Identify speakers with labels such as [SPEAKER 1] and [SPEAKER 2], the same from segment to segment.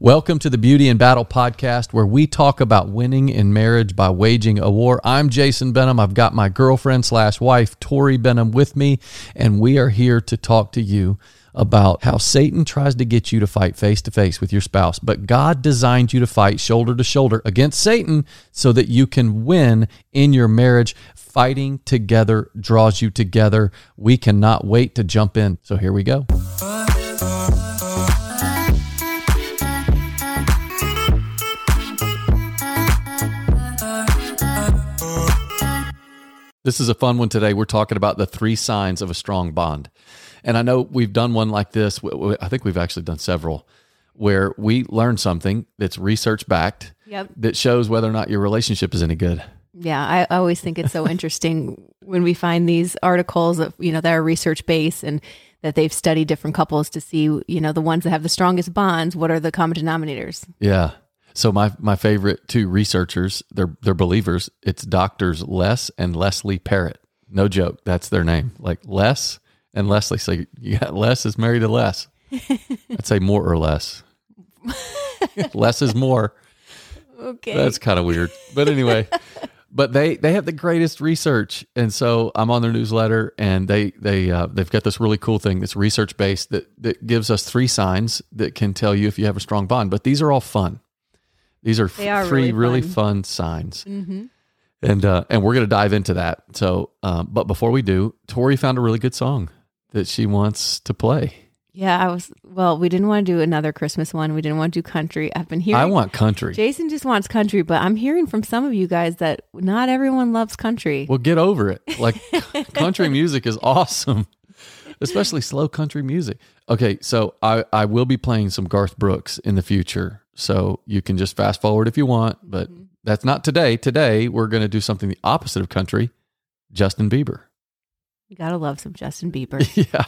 [SPEAKER 1] Welcome to the Beauty and Battle podcast, where we talk about winning in marriage by waging a war. I'm Jason Benham. I've got my girlfriend slash wife, Tori Benham, with me, and we are here to talk to you about how Satan tries to get you to fight face to face with your spouse, but God designed you to fight shoulder to shoulder against Satan so that you can win in your marriage. Fighting together draws you together. We cannot wait to jump in. So here we go. This is a fun one today. We're talking about the three signs of a strong bond. And I know we've done one like this. W- w- I think we've actually done several where we learn something that's research backed
[SPEAKER 2] Yep.
[SPEAKER 1] that shows whether or not your relationship is any good.
[SPEAKER 2] Yeah, I I always think it's so interesting when we find these articles of you know that are research based and that they've studied different couples to see you know the ones that have the strongest bonds. What are the common denominators?
[SPEAKER 1] Yeah. So my my favorite two researchers, they're they're believers. It's doctors Les and Leslie Parrott. No joke, that's their name. Like Les and Leslie. So you got Les is married to Les. I'd say more or less. less is more.
[SPEAKER 2] Okay,
[SPEAKER 1] That's kind of weird. But anyway, but they they have the greatest research, and so I'm on their newsletter, and they they uh, they've got this really cool thing that's research based that that gives us three signs that can tell you if you have a strong bond. But these are all fun. These are, f-
[SPEAKER 2] They are
[SPEAKER 1] three really,
[SPEAKER 2] really
[SPEAKER 1] fun. signs,
[SPEAKER 2] hmm
[SPEAKER 1] and uh, and we're gonna dive into that. So, um, but before we do, Tori found a really good song that she wants to play.
[SPEAKER 2] yeah. I was well. We didn't want to do another Christmas one. We didn't want to do country. I've been hearing.
[SPEAKER 1] I want country.
[SPEAKER 2] Jason just wants country, but I'm hearing from some of you guys that not everyone loves country.
[SPEAKER 1] Well, get over it. Like country music is awesome, especially slow country music. Okay, so I I will be playing some Garth Brooks in the future, so you can just fast forward if you want, but
[SPEAKER 2] Mm-hmm.
[SPEAKER 1] that's not today. Today we're going to do something the opposite of country, Justin Bieber.
[SPEAKER 2] You gotta love some Justin Bieber.
[SPEAKER 1] yeah,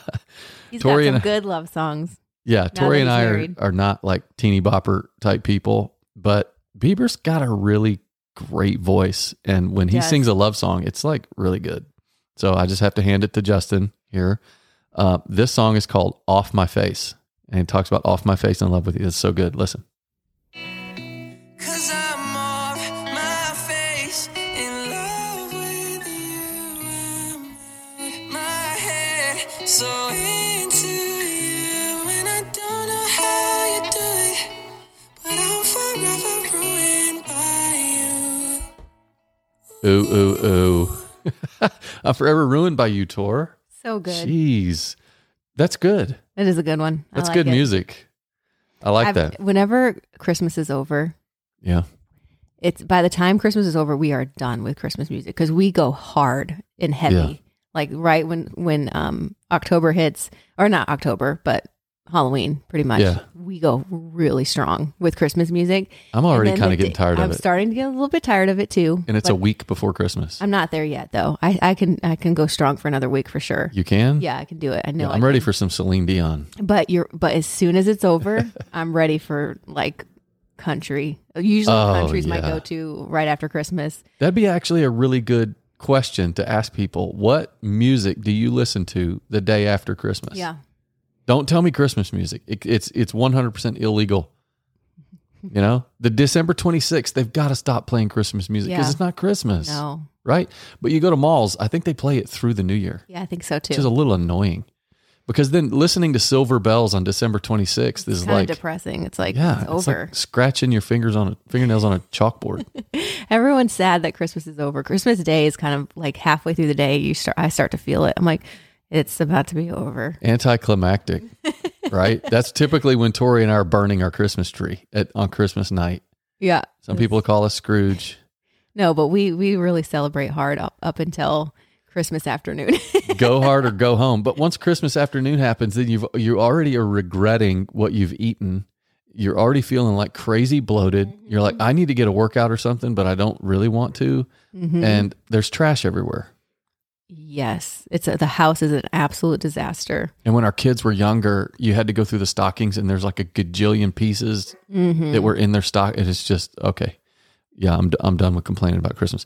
[SPEAKER 2] He's
[SPEAKER 1] Tori
[SPEAKER 2] got
[SPEAKER 1] and I-
[SPEAKER 2] some good love songs.
[SPEAKER 1] yeah. Tori
[SPEAKER 2] that
[SPEAKER 1] and
[SPEAKER 2] he's
[SPEAKER 1] I are,
[SPEAKER 2] married.
[SPEAKER 1] are not like teeny bopper type people, but Bieber's got a really great voice, and when he
[SPEAKER 2] Yes.
[SPEAKER 1] sings a love song, it's like really good. So I just have to hand it to Justin here. Uh, this song is called "Off My Face," and it talks about off my face in love with you. It's so good. Listen,
[SPEAKER 3] Cause I'm off my face in love with you. I'm my head so into you, and I don't know how you do it, but I'm forever ruined by you.
[SPEAKER 1] ooh ooh ooh, I'm forever ruined by you, Tor.
[SPEAKER 2] So good.
[SPEAKER 1] Jeez, that's good.
[SPEAKER 2] That is a good one. I
[SPEAKER 1] That's
[SPEAKER 2] like
[SPEAKER 1] good
[SPEAKER 2] it.
[SPEAKER 1] music. I like
[SPEAKER 2] I've-
[SPEAKER 1] that.
[SPEAKER 2] Whenever Christmas is over,
[SPEAKER 1] Yeah.
[SPEAKER 2] it's by the time Christmas is over, we are done with Christmas music because we go hard and heavy.
[SPEAKER 1] Yeah.
[SPEAKER 2] Like right when when um October hits, or not October, but Halloween, pretty much.
[SPEAKER 1] Yeah.
[SPEAKER 2] We go really strong with Christmas music.
[SPEAKER 1] I'm
[SPEAKER 2] And
[SPEAKER 1] already
[SPEAKER 2] then
[SPEAKER 1] kind
[SPEAKER 2] the
[SPEAKER 1] of getting
[SPEAKER 2] day-
[SPEAKER 1] tired
[SPEAKER 2] I'm
[SPEAKER 1] of it.
[SPEAKER 2] starting to get a little bit tired of it too.
[SPEAKER 1] And it's a
[SPEAKER 2] but
[SPEAKER 1] week before Christmas.
[SPEAKER 2] I'm not there yet though. I I can I can go strong for another week for sure.
[SPEAKER 1] you can?
[SPEAKER 2] Yeah, I can do it. I know.
[SPEAKER 1] Yeah,
[SPEAKER 2] I
[SPEAKER 1] I'm ready
[SPEAKER 2] can.
[SPEAKER 1] for some Celine Dion.
[SPEAKER 2] But you're but as soon as it's over, I'm ready for like country. Usually
[SPEAKER 1] Oh,
[SPEAKER 2] country's my
[SPEAKER 1] yeah.
[SPEAKER 2] go-to right after Christmas.
[SPEAKER 1] That'd be actually a really good question to ask people. What music do you listen to the day after Christmas?
[SPEAKER 2] Yeah.
[SPEAKER 1] Don't tell me Christmas music. It, it's it's 100% illegal. You know, the December 26th, they've got to stop playing Christmas music because
[SPEAKER 2] Yeah.
[SPEAKER 1] it's not Christmas,
[SPEAKER 2] No.
[SPEAKER 1] right? But you go to malls, I think they play it through the new year,
[SPEAKER 2] Yeah, I think so too.
[SPEAKER 1] which is a little annoying because then listening to Silver Bells on December 26th is
[SPEAKER 2] kind
[SPEAKER 1] like,
[SPEAKER 2] of depressing. It's like
[SPEAKER 1] yeah,
[SPEAKER 2] it's
[SPEAKER 1] it's
[SPEAKER 2] over.
[SPEAKER 1] like scratching your fingers on a fingernails on a chalkboard.
[SPEAKER 2] Everyone's sad that Christmas is over. Christmas Day is kind of like halfway through the day. You start. I start to feel it. I'm like, it's about to be over.
[SPEAKER 1] anticlimactic right that's typically when tori and i are burning our christmas tree at, on christmas night
[SPEAKER 2] Yeah.
[SPEAKER 1] some people call us scrooge
[SPEAKER 2] No, but we we really celebrate hard up, up until Christmas afternoon.
[SPEAKER 1] go hard or go home but once christmas afternoon happens then you've you already are regretting what you've eaten you're already feeling like crazy bloated you're like i need to get a workout or something but i don't really want to
[SPEAKER 2] Mhm.
[SPEAKER 1] and there's trash everywhere
[SPEAKER 2] yes, it's a, the house is an absolute disaster.
[SPEAKER 1] and when our kids were younger you had to go through the stockings and there's like a gajillion pieces
[SPEAKER 2] Mm-hmm.
[SPEAKER 1] that were in their stock. And it's just, okay, yeah, I'm, d- I'm done with complaining about Christmas.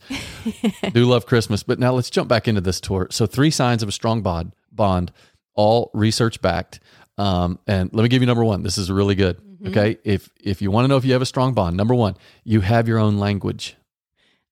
[SPEAKER 1] Do love Christmas. But now let's jump back into this tour. So, three signs of a strong bond, bond all research backed. Um, and let me give you number one. This is really good. Okay. If if you want to know if you have a strong bond, number one, you have your own language.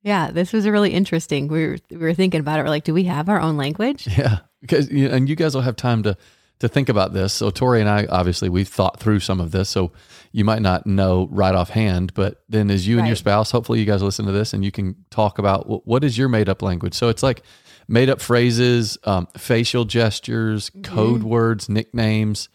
[SPEAKER 2] Yeah, this was really interesting. We were, we were thinking about it. We're like, do we have our own language?
[SPEAKER 1] Yeah. Because you- and you guys will have time to to think about this. So Tori and I obviously we've thought through some of this. So you might not know right offhand, but then as you and your
[SPEAKER 2] Right.
[SPEAKER 1] spouse, hopefully you guys listen to this and you can talk about wh- what is your made up language. So it's like made up phrases, um, facial gestures,
[SPEAKER 2] Mm-hmm.
[SPEAKER 1] code words, nicknames,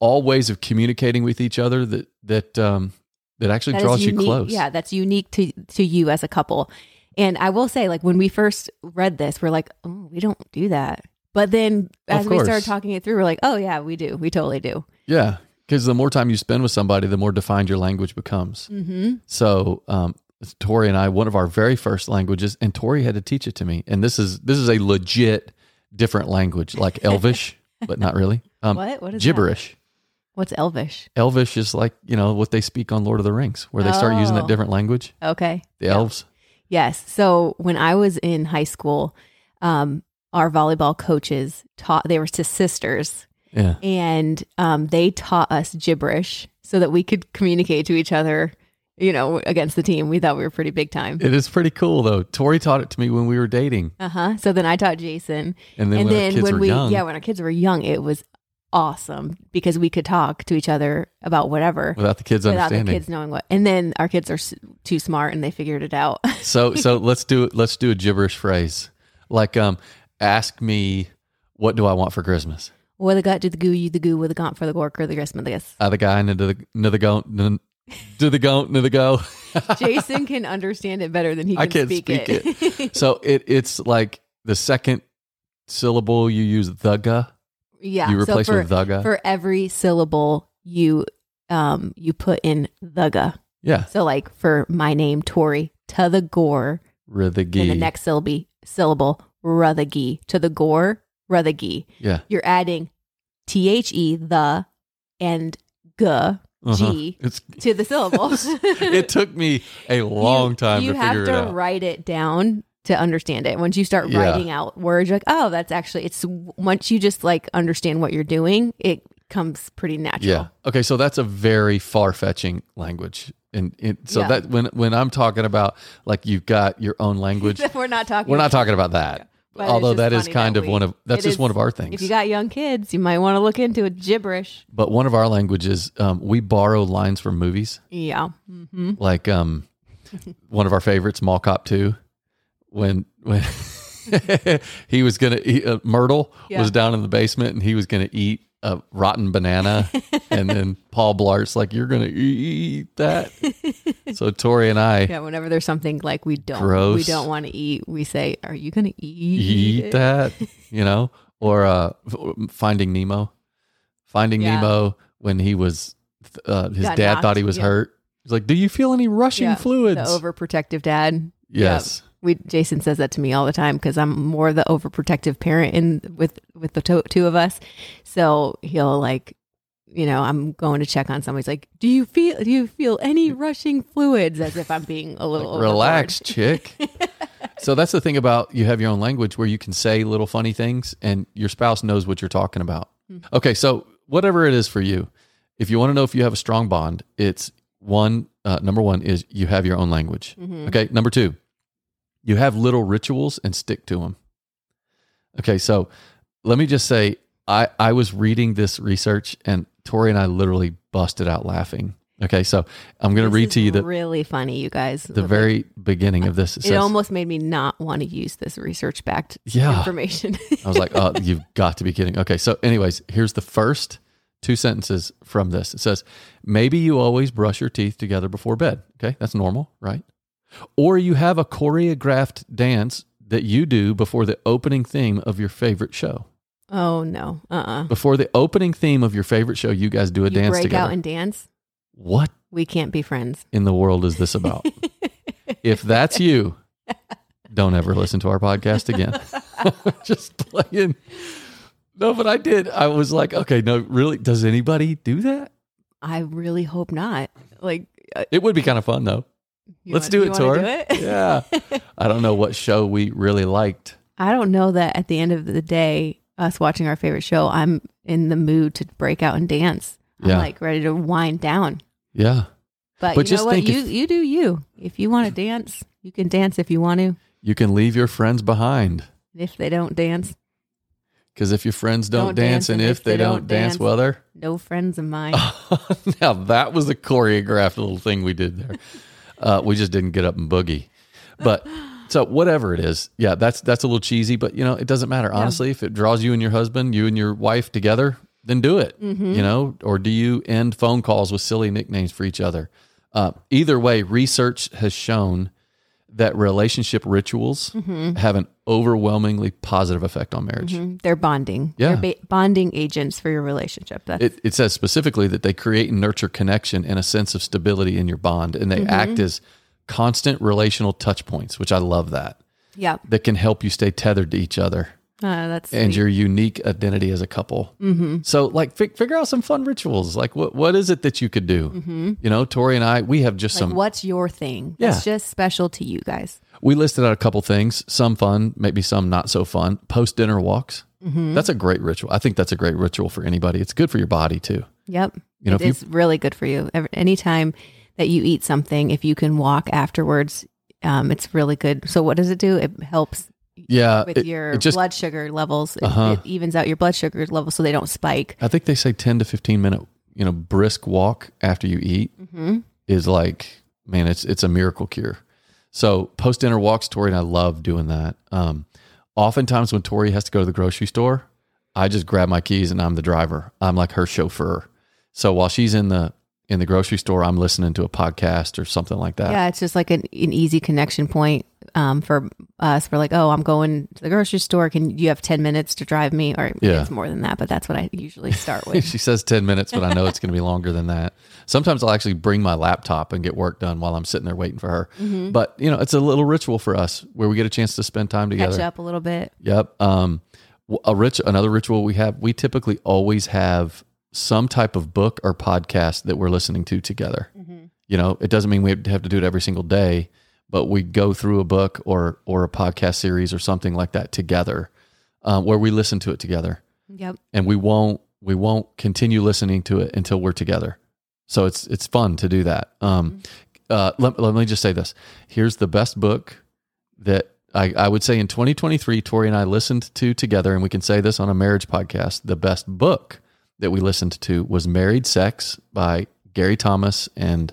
[SPEAKER 1] all ways of communicating with each other that that um, that actually
[SPEAKER 2] That is
[SPEAKER 1] draws you
[SPEAKER 2] unique-
[SPEAKER 1] close.
[SPEAKER 2] Yeah, that's unique to to you as a couple. And I will say, like when we first read this, we're like, oh, we don't do that. But then
[SPEAKER 1] Of
[SPEAKER 2] as we
[SPEAKER 1] course.
[SPEAKER 2] started talking it through, we're like, oh yeah, we do. We totally do.
[SPEAKER 1] Yeah, because the more time you spend with somebody, the more defined your language becomes.
[SPEAKER 2] Mm-hmm.
[SPEAKER 1] So, um, Tori and I, one of our very first languages, and Tori had to teach it to me. And this is this is a legit different language, like Elvish, but not really. Um,
[SPEAKER 2] what? What is that?
[SPEAKER 1] gibberish?
[SPEAKER 2] What's Elvish?
[SPEAKER 1] Elvish is like you know what they speak on Lord of the Rings, where they start using that
[SPEAKER 2] Oh.
[SPEAKER 1] different language.
[SPEAKER 2] Okay.
[SPEAKER 1] The elves.
[SPEAKER 2] Yes. So when I was in high school, um, our volleyball coaches taught. They were to sisters,
[SPEAKER 1] Yeah.
[SPEAKER 2] and um, they taught us gibberish so that we could communicate to each other. You know, against the team, we thought we were pretty big time.
[SPEAKER 1] It is pretty cool though. Tori taught it to me when we were dating,
[SPEAKER 2] Uh huh. So then I taught Jason,
[SPEAKER 1] and then when our kids were
[SPEAKER 2] we
[SPEAKER 1] young,
[SPEAKER 2] yeah when our kids were young, it was awesome because we could talk to each other about whatever
[SPEAKER 1] without the kids
[SPEAKER 2] without the
[SPEAKER 1] understanding.
[SPEAKER 2] kids knowing what. And then our kids are s- too smart and they figured it out.
[SPEAKER 1] So so let's do let's do a gibberish phrase like um ask me what do I want for Christmas.
[SPEAKER 2] With the gut to the goo, you the goo with the gaunt for the gork or the grist with the gis.
[SPEAKER 1] Uh, the guy into the into the go n- to the go to the go.
[SPEAKER 2] Jason can understand it better than he can
[SPEAKER 1] I can't
[SPEAKER 2] speak,
[SPEAKER 1] speak
[SPEAKER 2] it.
[SPEAKER 1] so it it's like the second syllable you use the ga
[SPEAKER 2] yeah.
[SPEAKER 1] you replace
[SPEAKER 2] so for,
[SPEAKER 1] with the ga.
[SPEAKER 2] for every syllable you um you put in the ga.
[SPEAKER 1] yeah,
[SPEAKER 2] So like for my name Tori to the gore
[SPEAKER 1] rithigi.
[SPEAKER 2] and the next syllable syllable ruthagi to the gore ruthagi.
[SPEAKER 1] yeah.
[SPEAKER 2] You're adding t h e the and g to
[SPEAKER 1] uh-huh.
[SPEAKER 2] G.
[SPEAKER 1] It's
[SPEAKER 2] the syllable.
[SPEAKER 1] it took me a long
[SPEAKER 2] you,
[SPEAKER 1] time
[SPEAKER 2] you
[SPEAKER 1] to
[SPEAKER 2] have
[SPEAKER 1] figure
[SPEAKER 2] to
[SPEAKER 1] it out.
[SPEAKER 2] write it down to understand it once you start
[SPEAKER 1] Yeah.
[SPEAKER 2] writing out words you're like oh that's actually it's once you just like understand what you're doing it comes pretty natural
[SPEAKER 1] Yeah. Okay. So that's a very far fetching language. And it, so
[SPEAKER 2] Yeah.
[SPEAKER 1] that when when I'm talking about like you've got your own language,
[SPEAKER 2] we're not talking
[SPEAKER 1] we're not talking about that.
[SPEAKER 2] But it's
[SPEAKER 1] Although
[SPEAKER 2] just
[SPEAKER 1] that is
[SPEAKER 2] funny
[SPEAKER 1] kind
[SPEAKER 2] that
[SPEAKER 1] of
[SPEAKER 2] we-
[SPEAKER 1] one of that's
[SPEAKER 2] it
[SPEAKER 1] just one
[SPEAKER 2] is-
[SPEAKER 1] of our things.
[SPEAKER 2] if you got young kids you might want to look into it gibberish
[SPEAKER 1] but one of our languages, um, we borrow lines from movies.
[SPEAKER 2] yeah hmm
[SPEAKER 1] Like um, one of our favorites, Mall Cop Two, when when he was gonna eat, uh, Myrtle
[SPEAKER 2] Yeah.
[SPEAKER 1] was down in the basement and he was gonna eat a rotten banana, and then Paul Blart's like, "You're gonna eat that." so Tori and I
[SPEAKER 2] yeah whenever there's something like we don't we
[SPEAKER 1] Gross.
[SPEAKER 2] don't want to eat we say are you gonna eat,
[SPEAKER 1] eat
[SPEAKER 2] it?"
[SPEAKER 1] that, you know, or uh, f- Finding Nemo. Finding
[SPEAKER 2] Yeah.
[SPEAKER 1] Nemo when he was, uh, his
[SPEAKER 2] Got
[SPEAKER 1] dad thought
[SPEAKER 2] knocked,
[SPEAKER 1] he was
[SPEAKER 2] yeah.
[SPEAKER 1] hurt. He's like, "Do you feel any rushing
[SPEAKER 2] Yeah, the
[SPEAKER 1] fluids?"
[SPEAKER 2] overprotective dad
[SPEAKER 1] yes,
[SPEAKER 2] we Jason says that to me all the time because I'm more the overprotective parent in with with the to- two of us. So he'll like, you know, I'm going to check on somebody's like, do you feel do you feel any rushing fluids? As if I'm being a little
[SPEAKER 1] Like,
[SPEAKER 2] overboard.
[SPEAKER 1] relax, chick. so that's the thing about you have your own language where you can say little funny things, and your spouse knows what you're talking about.
[SPEAKER 2] Hmm.
[SPEAKER 1] Okay, so whatever it is for you, if you want to know if you have a strong bond, it's one. Uh, number one is you have your own language.
[SPEAKER 2] Mhm.
[SPEAKER 1] Mm-hmm. Okay. Number two, you have little rituals and stick to them. Okay. So let me just say, I, I was reading this research and Tori and I literally busted out laughing. Okay. So I'm going to
[SPEAKER 2] This
[SPEAKER 1] read
[SPEAKER 2] is
[SPEAKER 1] to you the,
[SPEAKER 2] really funny, you guys.
[SPEAKER 1] the very beginning of this. It
[SPEAKER 2] it
[SPEAKER 1] says,
[SPEAKER 2] almost made me not want to use this research backed
[SPEAKER 1] yeah.
[SPEAKER 2] information.
[SPEAKER 1] I was like, oh, you've got to be kidding. Okay. So, anyways, here's the first two sentences from this. It says, maybe you always brush your teeth together before bed. Okay. That's normal, right? Or you have a choreographed dance that you do before the opening theme of your favorite show.
[SPEAKER 2] oh no, uh, uh
[SPEAKER 1] Before the opening theme of your favorite show, you guys do a
[SPEAKER 2] you
[SPEAKER 1] dance
[SPEAKER 2] break
[SPEAKER 1] together.
[SPEAKER 2] out and dance.
[SPEAKER 1] what
[SPEAKER 2] We can't be friends.
[SPEAKER 1] in the world is this about? if that's you, don't ever listen to our podcast again. Just playing. No, but I did. I was like, okay, no, really, does anybody do that?
[SPEAKER 2] I really hope not. Like, uh,
[SPEAKER 1] It would be kind of fun though.
[SPEAKER 2] you
[SPEAKER 1] Let's
[SPEAKER 2] wanna-
[SPEAKER 1] do
[SPEAKER 2] you
[SPEAKER 1] it,
[SPEAKER 2] wanna
[SPEAKER 1] Tori.
[SPEAKER 2] do it?
[SPEAKER 1] Yeah. I don't know what show we really liked.
[SPEAKER 2] I don't know that at the end of the day, us watching our favorite show, I'm in the mood to break out and dance. I'm
[SPEAKER 1] Yeah.
[SPEAKER 2] like ready to wind down.
[SPEAKER 1] Yeah. But
[SPEAKER 2] But, you
[SPEAKER 1] just
[SPEAKER 2] know what?
[SPEAKER 1] think
[SPEAKER 2] You
[SPEAKER 1] if-
[SPEAKER 2] you do you. If you want to dance, you can dance if you want to.
[SPEAKER 1] You can leave your friends behind
[SPEAKER 2] If they don't dance,
[SPEAKER 1] because if your friends don't, dance, and if they, don't, dance, well, they're.
[SPEAKER 2] no friends of mine.
[SPEAKER 1] now that was a choreographed little thing we did there. Uh, we just didn't get up and boogie, but so whatever it is, yeah, that's that's a little cheesy, but you know it doesn't matter honestly. If it draws you and your husband, you and your wife together, then do it. You know, or do you end phone calls with silly nicknames for each other? Uh, either way, research has shown that relationship rituals have an overwhelmingly positive effect on marriage.
[SPEAKER 2] Mm, They're bonding.
[SPEAKER 1] Yeah.
[SPEAKER 2] They're ba- bonding agents for your relationship. That's
[SPEAKER 1] it, it says specifically that they create and nurture connection and a sense of stability in your bond and they act
[SPEAKER 2] Mm-hmm.
[SPEAKER 1] as constant relational touch points which i love that
[SPEAKER 2] yeah.
[SPEAKER 1] that can help you stay tethered to each other
[SPEAKER 2] Uh, that's
[SPEAKER 1] and your unique identity as a couple mm-hmm. so like fi- figure out some fun rituals like what what is it that you could do you know tori and i we have just
[SPEAKER 2] Mm-hmm. like,
[SPEAKER 1] some
[SPEAKER 2] what's your thing?
[SPEAKER 1] Yeah.
[SPEAKER 2] It's just special to you guys.
[SPEAKER 1] we listed out a couple things some fun maybe some not so fun post dinner walks
[SPEAKER 2] Mm-hmm.
[SPEAKER 1] that's a great ritual i think that's a great ritual for anybody it's good for your body too
[SPEAKER 2] Yep.
[SPEAKER 1] You know,
[SPEAKER 2] it
[SPEAKER 1] if you-
[SPEAKER 2] is really good for you. Every, anytime that you eat something, if you can walk afterwards, um, it's really good. So what does it do? It helps
[SPEAKER 1] yeah
[SPEAKER 2] with
[SPEAKER 1] Uh, it-
[SPEAKER 2] your
[SPEAKER 1] it just
[SPEAKER 2] blood sugar levels. It,
[SPEAKER 1] Uh-huh.
[SPEAKER 2] it evens out your blood sugar levels so they don't spike.
[SPEAKER 1] I think they say 10 to 15 minute, you know, brisk walk after you eat
[SPEAKER 2] Mm-hmm.
[SPEAKER 1] is like, man, it's, it's a miracle cure. So post dinner walks, Tori and I love doing that. Um, oftentimes when Tori has to go to the grocery store, I just grab my keys and I'm the driver. I'm like her chauffeur. So while she's in the, in the grocery store, I'm listening to a podcast or something like that.
[SPEAKER 2] Yeah, it's just like an, an easy connection point um, for us. We're like, oh, I'm going to the grocery store. Can you have 10 minutes to drive me? Or
[SPEAKER 1] Yeah.
[SPEAKER 2] it's more than that, but that's what I usually start with.
[SPEAKER 1] she says 10 minutes, but I know it's going to be longer than that. Sometimes I'll actually bring my laptop and get work done while I'm sitting there waiting for her. But, you know, it's a little ritual for us where we get a chance to spend time together.
[SPEAKER 2] Catch up a little bit.
[SPEAKER 1] Yep. Um, w- a rich another ritual we have, we typically always have some type of book or podcast that we're listening to together. You know, it doesn't mean we have to do it every single day, but we go through a book or or a podcast series or something like that together, um, where we listen to it together
[SPEAKER 2] Yep.
[SPEAKER 1] and we won't we won't continue listening to it until we're together. So it's it's fun to do that. Um, uh,
[SPEAKER 2] Mm-hmm.
[SPEAKER 1] let, let me just say this: here's the best book that I, I would say in 2023, Tori and I listened to together, and we can say this on a marriage podcast. The best book that we listened to was "Married Sex" by Gary Thomas and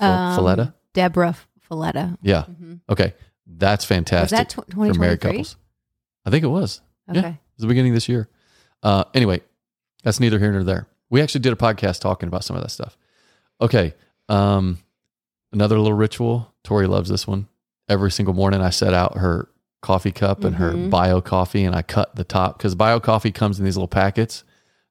[SPEAKER 1] F-
[SPEAKER 2] Um,
[SPEAKER 1] Folletta.
[SPEAKER 2] Deborah Folletta.
[SPEAKER 1] Yeah,
[SPEAKER 2] Mhm.
[SPEAKER 1] okay, that's
[SPEAKER 2] Was
[SPEAKER 1] fantastic
[SPEAKER 2] that tw-
[SPEAKER 1] for married
[SPEAKER 2] 2023?
[SPEAKER 1] couples. I think it was.
[SPEAKER 2] Okay.
[SPEAKER 1] Yeah. It was the beginning of this year. Uh, anyway, that's neither here nor there. We actually did a podcast talking about some of that stuff. Okay. Um, another little ritual. Tori loves this one. Every single morning, I set out her coffee cup and her
[SPEAKER 2] Mhm.
[SPEAKER 1] bio coffee, and I cut the top because bio coffee comes in these little packets.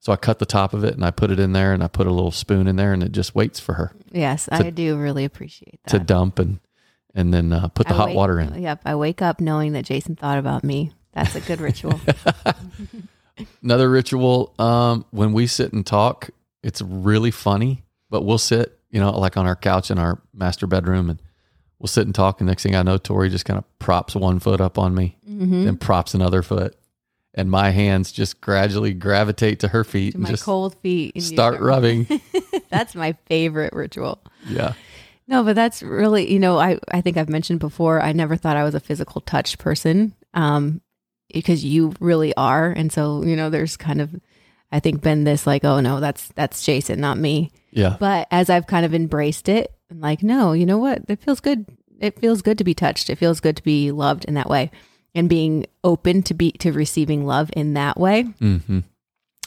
[SPEAKER 1] So I cut the top of it and I put it in there, and I put a little spoon in there, and it just waits for her
[SPEAKER 2] Yes, I do really appreciate that.
[SPEAKER 1] to dump and and then uh, put the
[SPEAKER 2] I
[SPEAKER 1] hot
[SPEAKER 2] wake-
[SPEAKER 1] water in.
[SPEAKER 2] Yep. I wake up knowing that Jason thought about me. That's a good ritual.
[SPEAKER 1] Another ritual um, when we sit and talk, it's really funny, but we'll sit, you know, like on our couch in our master bedroom and we'll sit and talk. And next thing I know, Tori just kind of props one foot up on me
[SPEAKER 2] Mhm.
[SPEAKER 1] and props another foot. And my hands just gradually gravitate to her feet
[SPEAKER 2] To
[SPEAKER 1] and
[SPEAKER 2] my
[SPEAKER 1] just
[SPEAKER 2] cold feet. and you
[SPEAKER 1] start rubbing.
[SPEAKER 2] That's my favorite ritual.
[SPEAKER 1] yeah.
[SPEAKER 2] No, but that's really, you know, I, I think I've mentioned before, I never thought I was a physical touch person um, because you really are. And so, you know, there's kind of, I think, been this like, oh, no, that's, that's Jason, not me.
[SPEAKER 1] Yeah.
[SPEAKER 2] But as I've kind of embraced it, I'm like, no, you know what? It feels good. It feels good to be touched. It feels good to be loved in that way and being open to be, to receiving love in that way.
[SPEAKER 1] Mm-hmm.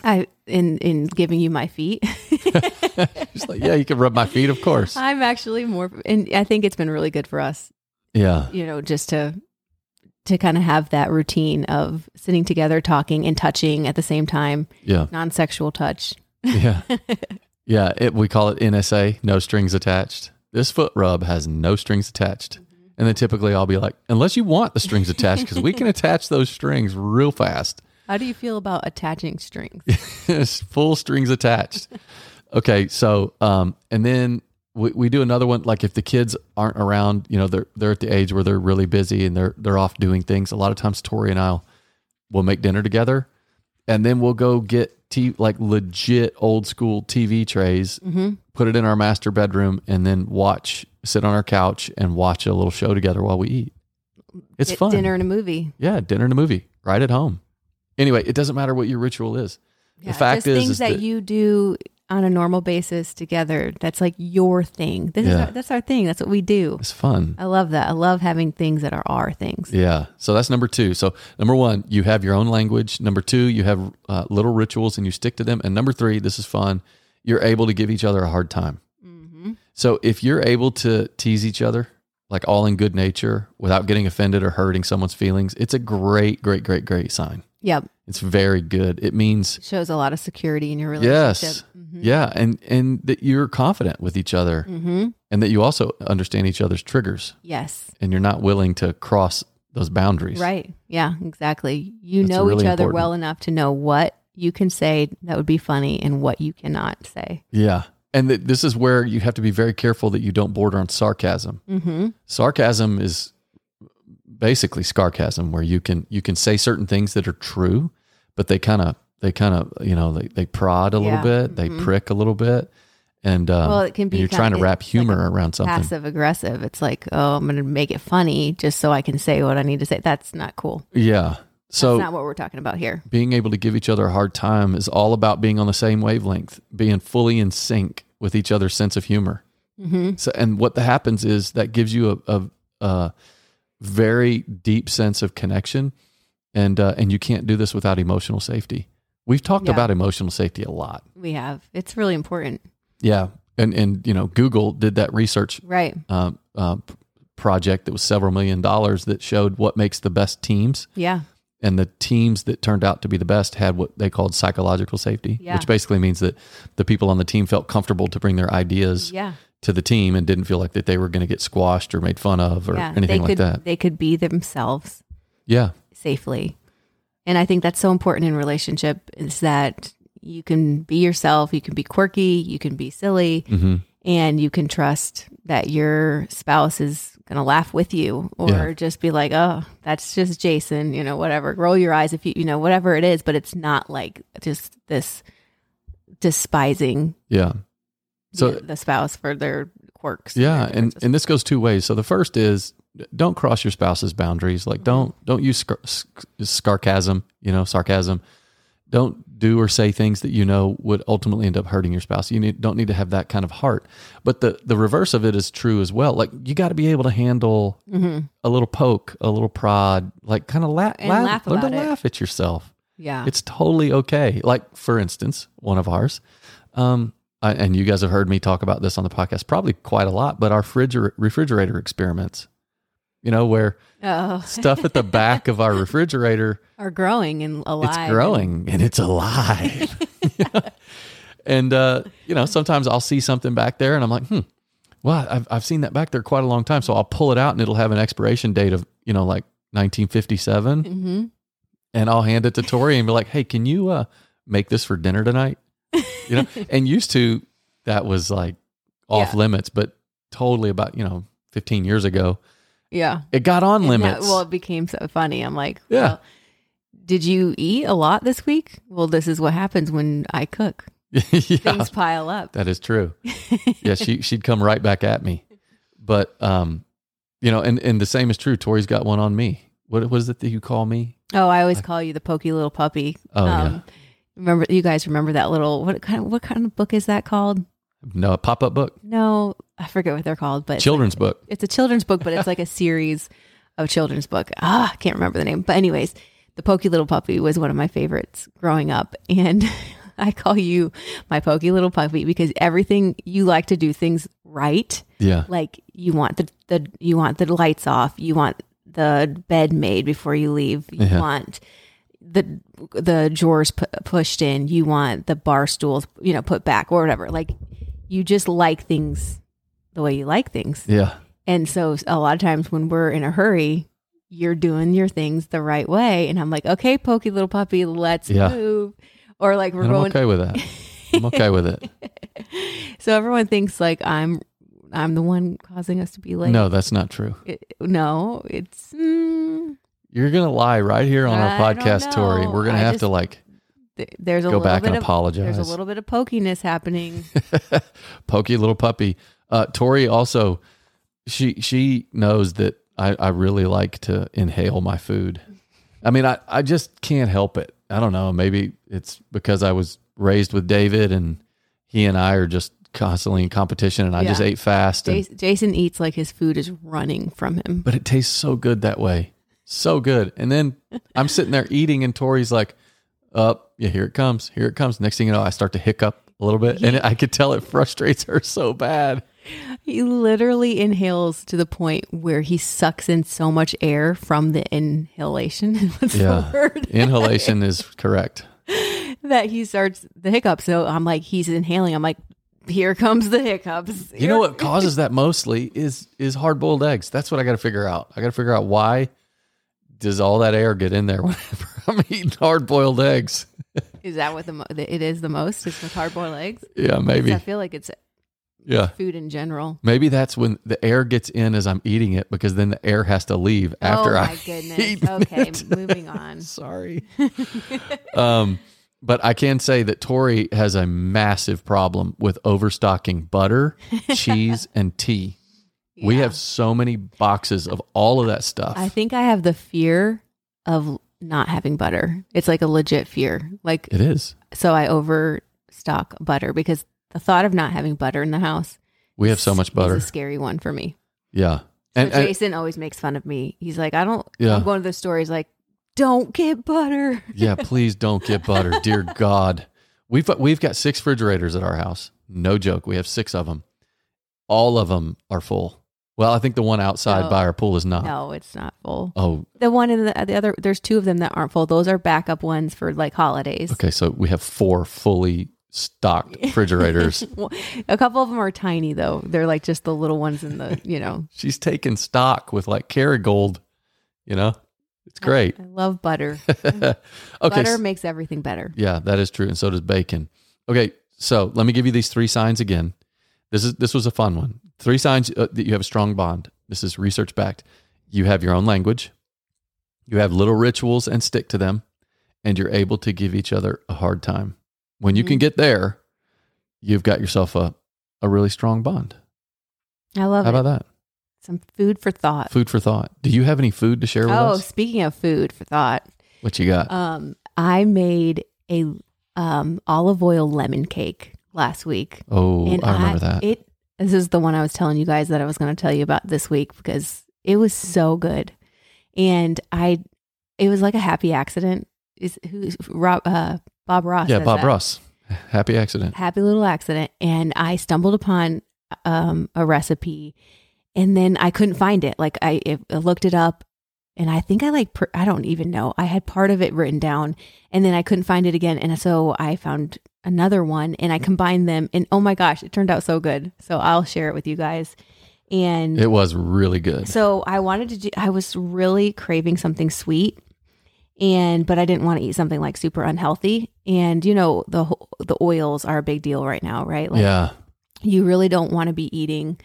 [SPEAKER 2] I, in, in giving you my feet.
[SPEAKER 1] She's like, yeah, you can rub my feet, of course.
[SPEAKER 2] I'm actually more, and I think it's been really good for us
[SPEAKER 1] Yeah.
[SPEAKER 2] you know just to to kind of have that routine of sitting together talking and touching at the same time
[SPEAKER 1] Yeah.
[SPEAKER 2] non-sexual touch
[SPEAKER 1] Yeah. Yeah. It, we call it NSA, no strings attached. This foot rub has no strings attached. And then typically I'll be like, unless you want the strings attached, because we can attach those strings real fast.
[SPEAKER 2] how do you feel about attaching strings
[SPEAKER 1] It's Full strings attached. Okay. So, um, and then we, we do another one. Like if the kids aren't around, you know, they're, they're at the age where they're really busy and they're, they're off doing things. A lot of times Tori and I'll, we'll make dinner together and then we'll go get t- like legit old school TV trays, put it in our master bedroom, and then watch, sit on our couch and watch a little show together while we eat. It's
[SPEAKER 2] Di-
[SPEAKER 1] fun.
[SPEAKER 2] Dinner and a movie.
[SPEAKER 1] Yeah, dinner and a movie right at home. Anyway, it doesn't matter what your ritual is.
[SPEAKER 2] Yeah,
[SPEAKER 1] the fact
[SPEAKER 2] just
[SPEAKER 1] is,
[SPEAKER 2] things
[SPEAKER 1] is
[SPEAKER 2] that, you do on a normal basis together. That's like your thing. This is
[SPEAKER 1] Yeah.
[SPEAKER 2] our, that's our thing. That's what we do.
[SPEAKER 1] it's fun.
[SPEAKER 2] I love that. I love having things that are our things.
[SPEAKER 1] Yeah. So that's number two. So number one, you have your own language. Number two, you have uh, little rituals and you stick to them. And number three, this is fun. You're able to give each other a hard time.
[SPEAKER 2] Mm-hmm.
[SPEAKER 1] So if you're able to tease each other, like all in good nature, without getting offended or hurting someone's feelings, it's a great, great, great, great sign.
[SPEAKER 2] Yeah,
[SPEAKER 1] It's very good. It means
[SPEAKER 2] it shows a lot of security in your
[SPEAKER 1] yes,
[SPEAKER 2] relationship.
[SPEAKER 1] yeah, and and that you're confident with each other,
[SPEAKER 2] Mm-hmm.
[SPEAKER 1] and that you also understand each other's triggers,
[SPEAKER 2] Yes.
[SPEAKER 1] and you're not willing to cross those boundaries.
[SPEAKER 2] Right. Yeah. Exactly. You
[SPEAKER 1] That's
[SPEAKER 2] know
[SPEAKER 1] really
[SPEAKER 2] each other
[SPEAKER 1] important.
[SPEAKER 2] well enough to know what you can say that would be funny and what you cannot say.
[SPEAKER 1] Yeah. And th- this is where you have to be very careful that you don't border on sarcasm.
[SPEAKER 2] Mm-hmm.
[SPEAKER 1] Sarcasm is basically sarcasm where you can you can say certain things that are true, but they kind of they kind of you know they, they prod a
[SPEAKER 2] Yeah. Mm-hmm.
[SPEAKER 1] little bit, they prick a little bit, and um,
[SPEAKER 2] Well, it can
[SPEAKER 1] and
[SPEAKER 2] be
[SPEAKER 1] you're
[SPEAKER 2] kind-
[SPEAKER 1] trying to
[SPEAKER 2] it's
[SPEAKER 1] wrap
[SPEAKER 2] like a
[SPEAKER 1] humor around something.
[SPEAKER 2] Passive aggressive. It's like, oh, I'm going to make it funny just so I can say what I need to say. That's not cool.
[SPEAKER 1] Yeah. So
[SPEAKER 2] That's not what we're talking about here.
[SPEAKER 1] being able to give each other a hard time is all about being on the same wavelength, being fully in sync with each other's sense of humor.
[SPEAKER 2] Mm-hmm.
[SPEAKER 1] So, and what that happens is that gives you a, a, a very deep sense of connection, and uh, and you can't do this without emotional safety. We've talked
[SPEAKER 2] Yeah.
[SPEAKER 1] about emotional safety a lot,
[SPEAKER 2] We have. It's really important.
[SPEAKER 1] yeah. And and you know, Google did that research
[SPEAKER 2] Right.
[SPEAKER 1] um, uh, p- project that was several million dollars that showed what makes the best teams
[SPEAKER 2] Yeah.
[SPEAKER 1] and the teams that turned out to be the best had what they called psychological safety,
[SPEAKER 2] Yeah.
[SPEAKER 1] which basically means that the people on the team felt comfortable to bring their ideas
[SPEAKER 2] Yeah.
[SPEAKER 1] to the team and didn't feel like that they were going to get squashed or made fun of or
[SPEAKER 2] yeah. they
[SPEAKER 1] anything like
[SPEAKER 2] could
[SPEAKER 1] that.
[SPEAKER 2] they could be themselves
[SPEAKER 1] Yeah.
[SPEAKER 2] safely. And I think that's so important in relationship is that you can be yourself, you can be quirky, you can be silly,
[SPEAKER 1] Mhm.
[SPEAKER 2] and you can trust that your spouse is going to laugh with you or
[SPEAKER 1] Yeah.
[SPEAKER 2] just be like, "Oh, that's just Jason," you know, whatever. Roll your eyes if you, you know, whatever it is, but it's not like just this despising
[SPEAKER 1] Yeah. So
[SPEAKER 2] the, the spouse for their quirks.
[SPEAKER 1] yeah,
[SPEAKER 2] their
[SPEAKER 1] and
[SPEAKER 2] differences.
[SPEAKER 1] and this goes two ways. So the first is don't cross your spouse's boundaries. Like don't
[SPEAKER 2] Mm-hmm.
[SPEAKER 1] don't use scar- sc- sarcasm, you know, sarcasm. Don't do or say things that you know would ultimately end up hurting your spouse. You need, don't need to have that kind of heart. But the the reverse of it is true as well. Like you got to be able to handle
[SPEAKER 2] Mm-hmm.
[SPEAKER 1] a little poke, a little prod, like kind of la-
[SPEAKER 2] And
[SPEAKER 1] laugh,
[SPEAKER 2] laugh
[SPEAKER 1] learn to
[SPEAKER 2] about it.
[SPEAKER 1] laugh at yourself.
[SPEAKER 2] yeah.
[SPEAKER 1] It's totally okay. Like for instance, one of ours, um, I, and you guys have heard me talk about this on the podcast probably quite a lot, but our frigider- refrigerator experiments, you know, where
[SPEAKER 2] oh,
[SPEAKER 1] stuff at the back of our refrigerator
[SPEAKER 2] are growing and alive.
[SPEAKER 1] it's
[SPEAKER 2] and-
[SPEAKER 1] growing and it's alive. and uh, you know, sometimes I'll see something back there, and I'm like, hmm. Well, I've I've seen that back there quite a long time, so I'll pull it out, and it'll have an expiration date of you know like 1957,
[SPEAKER 2] Mhm.
[SPEAKER 1] and I'll hand it to Tori and be like, "Hey, can you uh, make this for dinner tonight?" You know, and used to that was like off
[SPEAKER 2] Yeah.
[SPEAKER 1] limits, but totally about you know 15 years ago,
[SPEAKER 2] Yeah.
[SPEAKER 1] it got on
[SPEAKER 2] And that-
[SPEAKER 1] limits.
[SPEAKER 2] well, it became so funny. I'm like,
[SPEAKER 1] Yeah.
[SPEAKER 2] well, did you eat a lot this week? Well, this is what happens when I cook.
[SPEAKER 1] yeah,
[SPEAKER 2] Things pile up.
[SPEAKER 1] that is true. yeah, she she'd come right back at me. But um, you know, and and the same is true. Tori's got one on me. What what is it that you call me?
[SPEAKER 2] Oh, I always call you the pokey little puppy. Um,
[SPEAKER 1] Oh,
[SPEAKER 2] Remember, you guys remember that little what kind of what kind of book is that called?
[SPEAKER 1] yeah, no, a pop up book,
[SPEAKER 2] No, I forget what they're called, but
[SPEAKER 1] children's book.
[SPEAKER 2] it's a children's book, but it's like a series of children's book. Ah, I can't remember the name. But anyways, The Pokey Little Puppy was one of my favorites growing up. And I call you my pokey little puppy because everything you like to do things right.
[SPEAKER 1] Yeah,
[SPEAKER 2] Like you want the, the you want the lights off, you want the bed made before you leave, you
[SPEAKER 1] Yeah.
[SPEAKER 2] want the the drawers pu- pushed in, you want the bar stools, you know, put back or whatever. Like you just like things the way you like things.
[SPEAKER 1] yeah,
[SPEAKER 2] And so a lot of times when we're in a hurry, you're doing your things the right way. And I'm like, okay, pokey little puppy, let's
[SPEAKER 1] Yeah.
[SPEAKER 2] move. Or like we're
[SPEAKER 1] and I'm
[SPEAKER 2] going
[SPEAKER 1] okay with that. I'm okay with it.
[SPEAKER 2] so everyone thinks like I'm I'm the one causing us to be late.
[SPEAKER 1] No, that's not true.
[SPEAKER 2] It- no, it's mm,
[SPEAKER 1] You're gonna lie right here on our
[SPEAKER 2] I don't
[SPEAKER 1] podcast, Tori.
[SPEAKER 2] know.
[SPEAKER 1] We're gonna
[SPEAKER 2] I
[SPEAKER 1] have
[SPEAKER 2] just-
[SPEAKER 1] to like
[SPEAKER 2] th- there's a
[SPEAKER 1] Go
[SPEAKER 2] little
[SPEAKER 1] back
[SPEAKER 2] bit
[SPEAKER 1] and
[SPEAKER 2] of,
[SPEAKER 1] apologize.
[SPEAKER 2] There's a little bit of pokiness happening.
[SPEAKER 1] Pokey little puppy. Uh, Tori also, she she knows that I, I really like to inhale my food. I mean, I, I just can't help it. I don't know. Maybe it's because I was raised with David and he and I are just constantly in competition and I just
[SPEAKER 2] Yeah.
[SPEAKER 1] ate fast. And,
[SPEAKER 2] Jason, Jason eats like his food is running from him.
[SPEAKER 1] but it tastes so good that way. So good. And then I'm sitting there eating, and Tori's like, "Up, yeah, here it comes, here it comes." Next thing you know, I start to hiccup a little bit, and I could tell it frustrates her so bad.
[SPEAKER 2] He literally inhales to the point where he sucks in so much air from the inhalation. What's
[SPEAKER 1] Yeah.
[SPEAKER 2] the word?
[SPEAKER 1] Inhalation is correct.
[SPEAKER 2] that he starts the hiccups. So I'm like, he's inhaling. I'm like, here comes the hiccups.
[SPEAKER 1] You know what causes that mostly is is hard boiled eggs. That's what I got to figure out. I got to figure out why does all that air get in there whenever I'm eating hard boiled eggs.
[SPEAKER 2] Is that what the mo- it is the most? It's with hard boiled eggs.
[SPEAKER 1] Yeah,
[SPEAKER 2] 'Cause
[SPEAKER 1] maybe.
[SPEAKER 2] I feel like it's
[SPEAKER 1] Yeah.
[SPEAKER 2] food in general.
[SPEAKER 1] Maybe that's when the air gets in as I'm eating it because then the air has to leave after
[SPEAKER 2] oh
[SPEAKER 1] I
[SPEAKER 2] my goodness.
[SPEAKER 1] eaten
[SPEAKER 2] Okay,
[SPEAKER 1] it.
[SPEAKER 2] moving on.
[SPEAKER 1] Sorry. um, but I can say that Tori has a massive problem with overstocking butter, cheese, and tea. We
[SPEAKER 2] Yeah.
[SPEAKER 1] have so many boxes of all of that stuff.
[SPEAKER 2] I think I have the fear of not having butter. It's like a legit fear. Like
[SPEAKER 1] it is.
[SPEAKER 2] so I overstock butter because the thought of not having butter in the house
[SPEAKER 1] We have so much butter.
[SPEAKER 2] is a scary one for me.
[SPEAKER 1] yeah.
[SPEAKER 2] So
[SPEAKER 1] And, and-
[SPEAKER 2] Jason always makes fun of me. He's like, I don't
[SPEAKER 1] Yeah.
[SPEAKER 2] I'm going to the store. He's like, Don't get butter.
[SPEAKER 1] yeah, please don't get butter, dear God. We've we've got six refrigerators at our house. No joke. We have six of them. All of them are full. Well, I think the one outside
[SPEAKER 2] No.
[SPEAKER 1] by our pool is not.
[SPEAKER 2] No, it's not full.
[SPEAKER 1] Oh,
[SPEAKER 2] The one in the, the other there's two of them that aren't full. Those are backup ones for like holidays.
[SPEAKER 1] okay. So we have four fully stocked refrigerators.
[SPEAKER 2] Well, a couple of them are tiny though. They're like just the little ones in the, you know.
[SPEAKER 1] She's taking stock with like Kerrygold, you know? It's great.
[SPEAKER 2] I love butter.
[SPEAKER 1] okay.
[SPEAKER 2] butter
[SPEAKER 1] s-
[SPEAKER 2] makes everything better.
[SPEAKER 1] Yeah, that is true. And so does bacon. Okay. So let me give you these three signs again. This is this was a fun one. Three signs uh, that you have a strong bond. This is research backed. You have your own language. You have little rituals and stick to them, and you're able to give each other a hard time. When you
[SPEAKER 2] Mm-hmm.
[SPEAKER 1] can get there, you've got yourself a a really strong bond.
[SPEAKER 2] I love
[SPEAKER 1] How
[SPEAKER 2] it.
[SPEAKER 1] about that?
[SPEAKER 2] Some food for thought.
[SPEAKER 1] Food for thought. Do you have any food to share with
[SPEAKER 2] Oh,
[SPEAKER 1] us?
[SPEAKER 2] speaking of food for thought,
[SPEAKER 1] What you got?
[SPEAKER 2] um, I made a um, olive oil lemon cake last week.
[SPEAKER 1] Oh, I remember that.
[SPEAKER 2] It this is the one I was telling you guys that I was going to tell you about this week because it was so good, and I it was like a happy accident. Is who's Rob uh, Bob Ross?
[SPEAKER 1] yeah,
[SPEAKER 2] says
[SPEAKER 1] Bob
[SPEAKER 2] that.
[SPEAKER 1] Ross. Happy accident.
[SPEAKER 2] Happy little accident, and I stumbled upon um, a recipe, and then I couldn't find it. Like I, it, I looked it up, and I think I like pr- I don't even know. I had part of it written down, and then I couldn't find it again, and so I found another one, and I combined them, and oh my gosh, it turned out so good. So I'll share it with you guys, and
[SPEAKER 1] It was really good.
[SPEAKER 2] so I wanted to do, I was really craving something sweet and, but I didn't want to eat something like super unhealthy. And you know, the, whole- the oils are a big deal right now, right? Like
[SPEAKER 1] yeah.
[SPEAKER 2] you really don't want to be eating,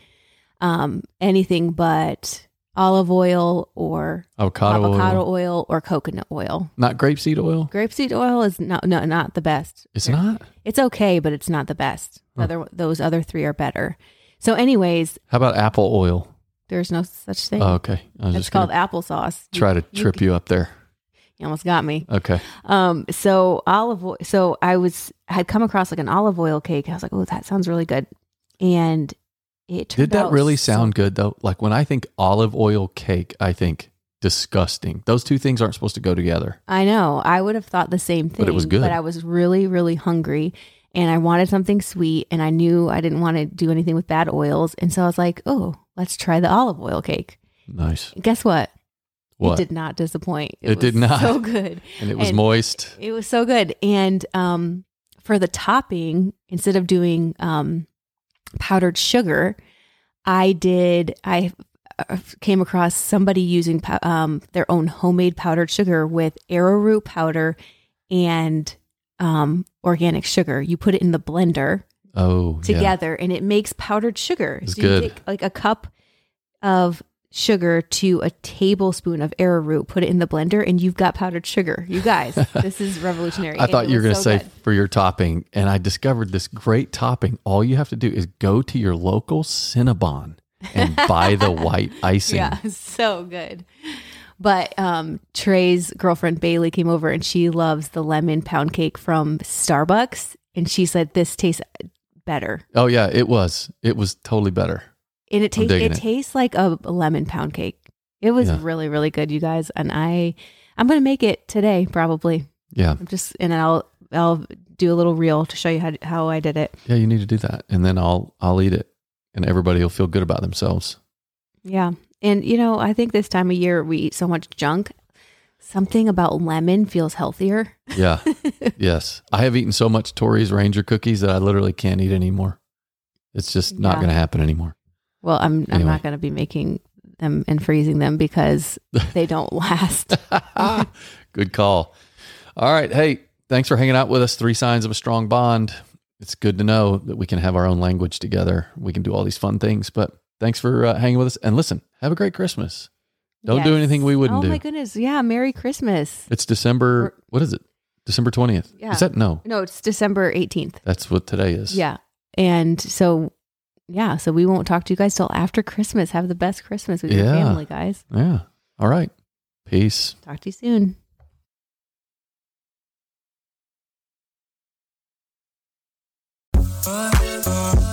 [SPEAKER 2] um, anything but olive oil or
[SPEAKER 1] Avocado,
[SPEAKER 2] avocado
[SPEAKER 1] oil.
[SPEAKER 2] oil. or coconut oil.
[SPEAKER 1] Not grapeseed oil.
[SPEAKER 2] Grapeseed oil is not, no, not the best.
[SPEAKER 1] It's not.
[SPEAKER 2] It's okay, but it's not the best. Other, those other three are better. So anyways,
[SPEAKER 1] How about apple oil?
[SPEAKER 2] there's no such thing.
[SPEAKER 1] Oh, okay. I was
[SPEAKER 2] it's
[SPEAKER 1] just
[SPEAKER 2] called
[SPEAKER 1] going to
[SPEAKER 2] applesauce. You-
[SPEAKER 1] try to trip you up there.
[SPEAKER 2] you almost got me.
[SPEAKER 1] Okay.
[SPEAKER 2] Um, so olive oil. So I was had come across like an olive oil cake. I was like, oh, that sounds really good, and it turned
[SPEAKER 1] Did that
[SPEAKER 2] out
[SPEAKER 1] really
[SPEAKER 2] so-
[SPEAKER 1] sound good though? Like when I think olive oil cake, I think disgusting. Those two things aren't supposed to go together.
[SPEAKER 2] I know. I would have thought the same thing,
[SPEAKER 1] But it was good.
[SPEAKER 2] But I was really, really hungry, and I wanted something sweet, and I knew I didn't want to do anything with bad oils, and so I was like, oh, let's try the olive oil cake.
[SPEAKER 1] Nice.
[SPEAKER 2] Guess what?
[SPEAKER 1] What?
[SPEAKER 2] It did not disappoint.
[SPEAKER 1] It did not.
[SPEAKER 2] So good.
[SPEAKER 1] and it was
[SPEAKER 2] and-
[SPEAKER 1] moist.
[SPEAKER 2] It was so good. And um, for the topping, instead of doing um, powdered sugar, I did, I uh, came across somebody using pow- um, their own homemade powdered sugar with arrowroot powder and um, organic sugar. You put it in the blender
[SPEAKER 1] Oh, yeah.
[SPEAKER 2] together and it makes powdered sugar.
[SPEAKER 1] It's
[SPEAKER 2] you
[SPEAKER 1] good.
[SPEAKER 2] take like a cup of sugar to a tablespoon of arrowroot, put it in the blender, and you've got powdered sugar. You guys, this is revolutionary.
[SPEAKER 1] I thought
[SPEAKER 2] It
[SPEAKER 1] you were going
[SPEAKER 2] was
[SPEAKER 1] to
[SPEAKER 2] so
[SPEAKER 1] say
[SPEAKER 2] good.
[SPEAKER 1] for your topping, and I discovered this great topping. All you have to do is go to your local Cinnabon and buy the white icing.
[SPEAKER 2] Yeah, so good. But um, Trey's girlfriend Bailey came over and she loves the lemon pound cake from Starbucks. And she said, This tastes better.
[SPEAKER 1] Oh yeah, it was. It was totally better.
[SPEAKER 2] And it tastes
[SPEAKER 1] digging
[SPEAKER 2] it,
[SPEAKER 1] it.
[SPEAKER 2] tastes like a lemon pound cake. It was
[SPEAKER 1] Yeah.
[SPEAKER 2] really, really good, you guys. And I I'm gonna make it today, probably.
[SPEAKER 1] Yeah.
[SPEAKER 2] I'm just and I'll I'll do a little reel to show you how how I did it.
[SPEAKER 1] Yeah, you need to do that. And then I'll I'll eat it and everybody will feel good about themselves.
[SPEAKER 2] Yeah. And you know, I think this time of year we eat so much junk. Something about lemon feels healthier.
[SPEAKER 1] Yeah. yes. I have eaten so much Tory's Ranger cookies that I literally can't eat anymore. It's just not
[SPEAKER 2] Yeah.
[SPEAKER 1] going to happen anymore.
[SPEAKER 2] Well, I'm I'm
[SPEAKER 1] Anyway.
[SPEAKER 2] not going to be making them and freezing them because they don't last.
[SPEAKER 1] good call. All right. Hey, thanks for hanging out with us. Three signs of a strong bond. It's good to know that we can have our own language together. We can do all these fun things. But thanks for uh, hanging with us. And listen, have a great Christmas. Don't do
[SPEAKER 2] Yes.
[SPEAKER 1] anything we wouldn't
[SPEAKER 2] oh
[SPEAKER 1] do.
[SPEAKER 2] my goodness! Yeah, Merry Christmas.
[SPEAKER 1] It's December. What is it? December 20th.
[SPEAKER 2] Yeah.
[SPEAKER 1] Is that no?
[SPEAKER 2] No, it's December eighteenth.
[SPEAKER 1] That's what today is.
[SPEAKER 2] Yeah, and so yeah, so we won't talk to you guys till after Christmas. Have the best Christmas with your
[SPEAKER 1] Yeah.
[SPEAKER 2] family, guys.
[SPEAKER 1] Yeah. All right. Peace.
[SPEAKER 2] Talk to you soon.
[SPEAKER 3] Forever.